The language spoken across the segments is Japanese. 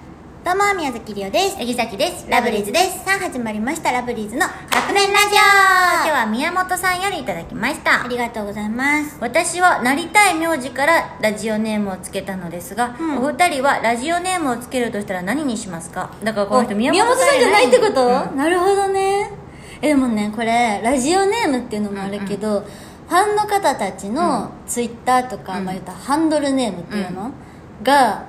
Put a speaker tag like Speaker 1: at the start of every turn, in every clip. Speaker 1: どうも宮崎りおです
Speaker 2: えぎざきです
Speaker 1: ラブリーズですすさあ始まりましたラブリーズの
Speaker 2: カップ麺ラジオ今日は宮本さんよりいただきまし
Speaker 1: あ
Speaker 2: た
Speaker 1: りがとうございます
Speaker 2: 私はなりたい名字からラジオネームをつけたのですが、
Speaker 1: うん
Speaker 2: お二人はラジオネームをつけるとしたら何にしますかだからこの人
Speaker 1: お
Speaker 2: 宮
Speaker 1: 宮
Speaker 2: 本
Speaker 1: 本さ
Speaker 2: さん
Speaker 1: んじ
Speaker 2: じゃ
Speaker 1: ゃ
Speaker 2: な
Speaker 1: ないい
Speaker 2: ん
Speaker 1: っ
Speaker 2: だ
Speaker 1: てこと、なるほどねえでもねこれラジオネームっていうのもあるけど、ファンの方たちのツイッターとか、
Speaker 2: うん
Speaker 1: まあ言ったらハンドルネームっていうの、が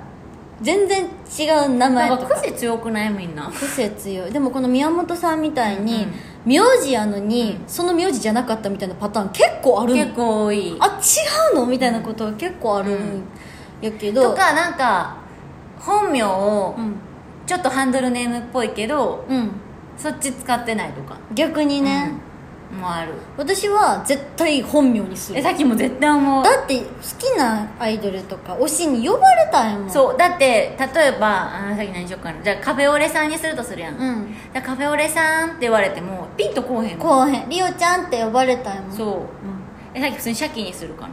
Speaker 1: 全然違う名前
Speaker 2: な
Speaker 1: と
Speaker 2: ん
Speaker 1: か
Speaker 2: か癖強くないみんな
Speaker 1: 癖強いでもこの宮本さんみたいに、
Speaker 2: うん
Speaker 1: 名字やのに、その名字じゃなかったみたいなパターン結構あるの
Speaker 2: 結構多い
Speaker 1: あ違うのみたいなことが結構あるんやけど、
Speaker 2: とかなんか本名を
Speaker 1: うん、
Speaker 2: ちょっとハンドルネームっぽいけど、
Speaker 1: うん、
Speaker 2: そっち使ってないとか
Speaker 1: 逆にね、
Speaker 2: うんもある
Speaker 1: 私は絶対本名にす
Speaker 2: え
Speaker 1: る
Speaker 2: さっきも絶対思う
Speaker 1: だって好きなアイドルとか推しに呼ばれたんやもんう
Speaker 2: そうだって例えばあさっき何しようかなじゃあカフェオレさんにするとするやん、じ
Speaker 1: ん
Speaker 2: ゃあカフェオレさんって言われてもピンとこうへんもん
Speaker 1: こうへんリオちゃんって呼ばれたんやもんう、、
Speaker 2: そうんえさっき普通にシャキにするかな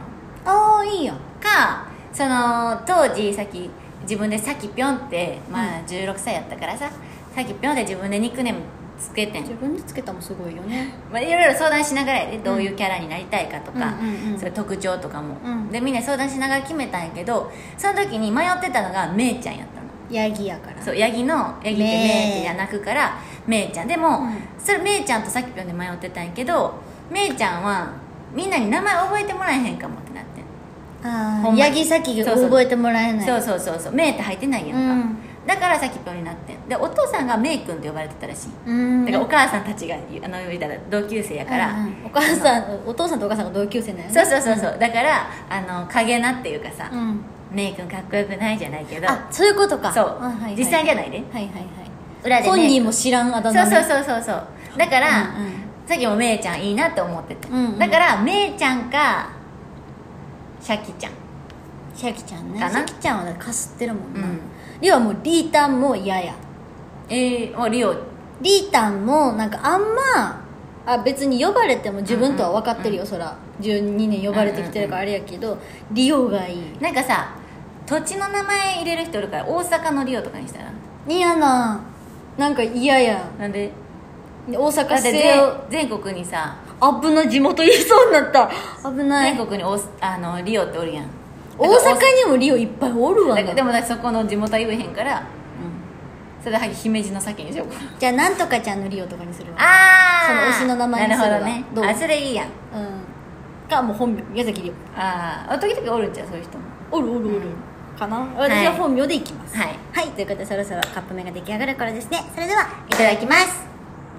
Speaker 1: ああいいやん
Speaker 2: かその当時さっき自分でさきぴょんってまあ16歳やったからさ、さきぴょんって自分でニックネームつけてん
Speaker 1: 自分でつけたもすごいよね
Speaker 2: まあ、いろいろ相談しながらやでどういうキャラになりたいかとか、
Speaker 1: うんうんうん
Speaker 2: それ特徴とかも、
Speaker 1: うん
Speaker 2: でみんな相談しながら決めたんやけどその時に迷ってたのがめいちゃんやったの
Speaker 1: ヤギやから
Speaker 2: そうヤギのヤ
Speaker 1: め
Speaker 2: ギって
Speaker 1: い
Speaker 2: めいってじゃなくからめいちゃんでも、
Speaker 1: うん
Speaker 2: それめいちゃんとさっきぴょんで迷ってたんやけどめいちゃんはみんなに名前覚えてもらえへんかもってなってん
Speaker 1: あ
Speaker 2: ほ
Speaker 1: あ
Speaker 2: んま
Speaker 1: ヤギ先
Speaker 2: そうそう
Speaker 1: 覚えてもらえない
Speaker 2: そうそうそうそうめいって入ってないやんか、
Speaker 1: うん
Speaker 2: だからさっきぴょんになってんでお父さんがめいくんって呼ばれてたらしい
Speaker 1: うん
Speaker 2: だからお母さんたちがあの言うたら同級生やから、
Speaker 1: うんうんお母さんお父さんとお母さんが同級生なんやね
Speaker 2: そうそうそうそうだからあの影なっていうかさ、
Speaker 1: うん
Speaker 2: メイ君かっこよくないじゃないけど
Speaker 1: あそういうことか
Speaker 2: そう、
Speaker 1: あはいはい
Speaker 2: 実際じゃないで
Speaker 1: はいはいはい
Speaker 2: 裏で
Speaker 1: 本
Speaker 2: メイ
Speaker 1: 人
Speaker 2: 君
Speaker 1: も知らんあだ
Speaker 2: そ
Speaker 1: 名
Speaker 2: う
Speaker 1: ね
Speaker 2: そうそうそうそうだから、
Speaker 1: うんうん
Speaker 2: さっきもめいちゃんいいなって思ってて、
Speaker 1: うんうん
Speaker 2: だからめいちゃんかシャキちゃん
Speaker 1: シャキちゃんねシ
Speaker 2: かな
Speaker 1: ャキちゃんはかすってるもんな、
Speaker 2: うん
Speaker 1: リオはもうリータンも嫌や
Speaker 2: えー、おリオ
Speaker 1: リータンもなんかあんまあ別に呼ばれても自分とは分かってるよ、そら12年呼ばれてきてるからあれやけど、リオがいい
Speaker 2: なんかさ土地の名前入れる人おるから大阪のリオとかにしたら
Speaker 1: 嫌ななんか嫌や
Speaker 2: なんで
Speaker 1: 大阪
Speaker 2: だって
Speaker 1: せよ
Speaker 2: 全全国にさ
Speaker 1: 危な地元言いそうになった危ない
Speaker 2: 全国におあのリオっておるやん
Speaker 1: 大阪にもリオいっぱいおるわ
Speaker 2: だ
Speaker 1: な
Speaker 2: からでも私そこの地元は言えへんからそれでは姫路の先にしようかな
Speaker 1: じゃあなんとかちゃんのリオとかにするわ
Speaker 2: あ
Speaker 1: ーその推しの名前にするわ
Speaker 2: なるほ
Speaker 1: ど
Speaker 2: ど
Speaker 1: う
Speaker 2: ねあそれいいやん
Speaker 1: うんかもう本名宮崎リ
Speaker 2: ああ時々おるんちゃうそういう人も
Speaker 1: オおるおるおる、かな私は本名でいきます
Speaker 2: はい
Speaker 1: はい、ということでそろそろカップ麺が出来上がる頃ですねそれではいただきます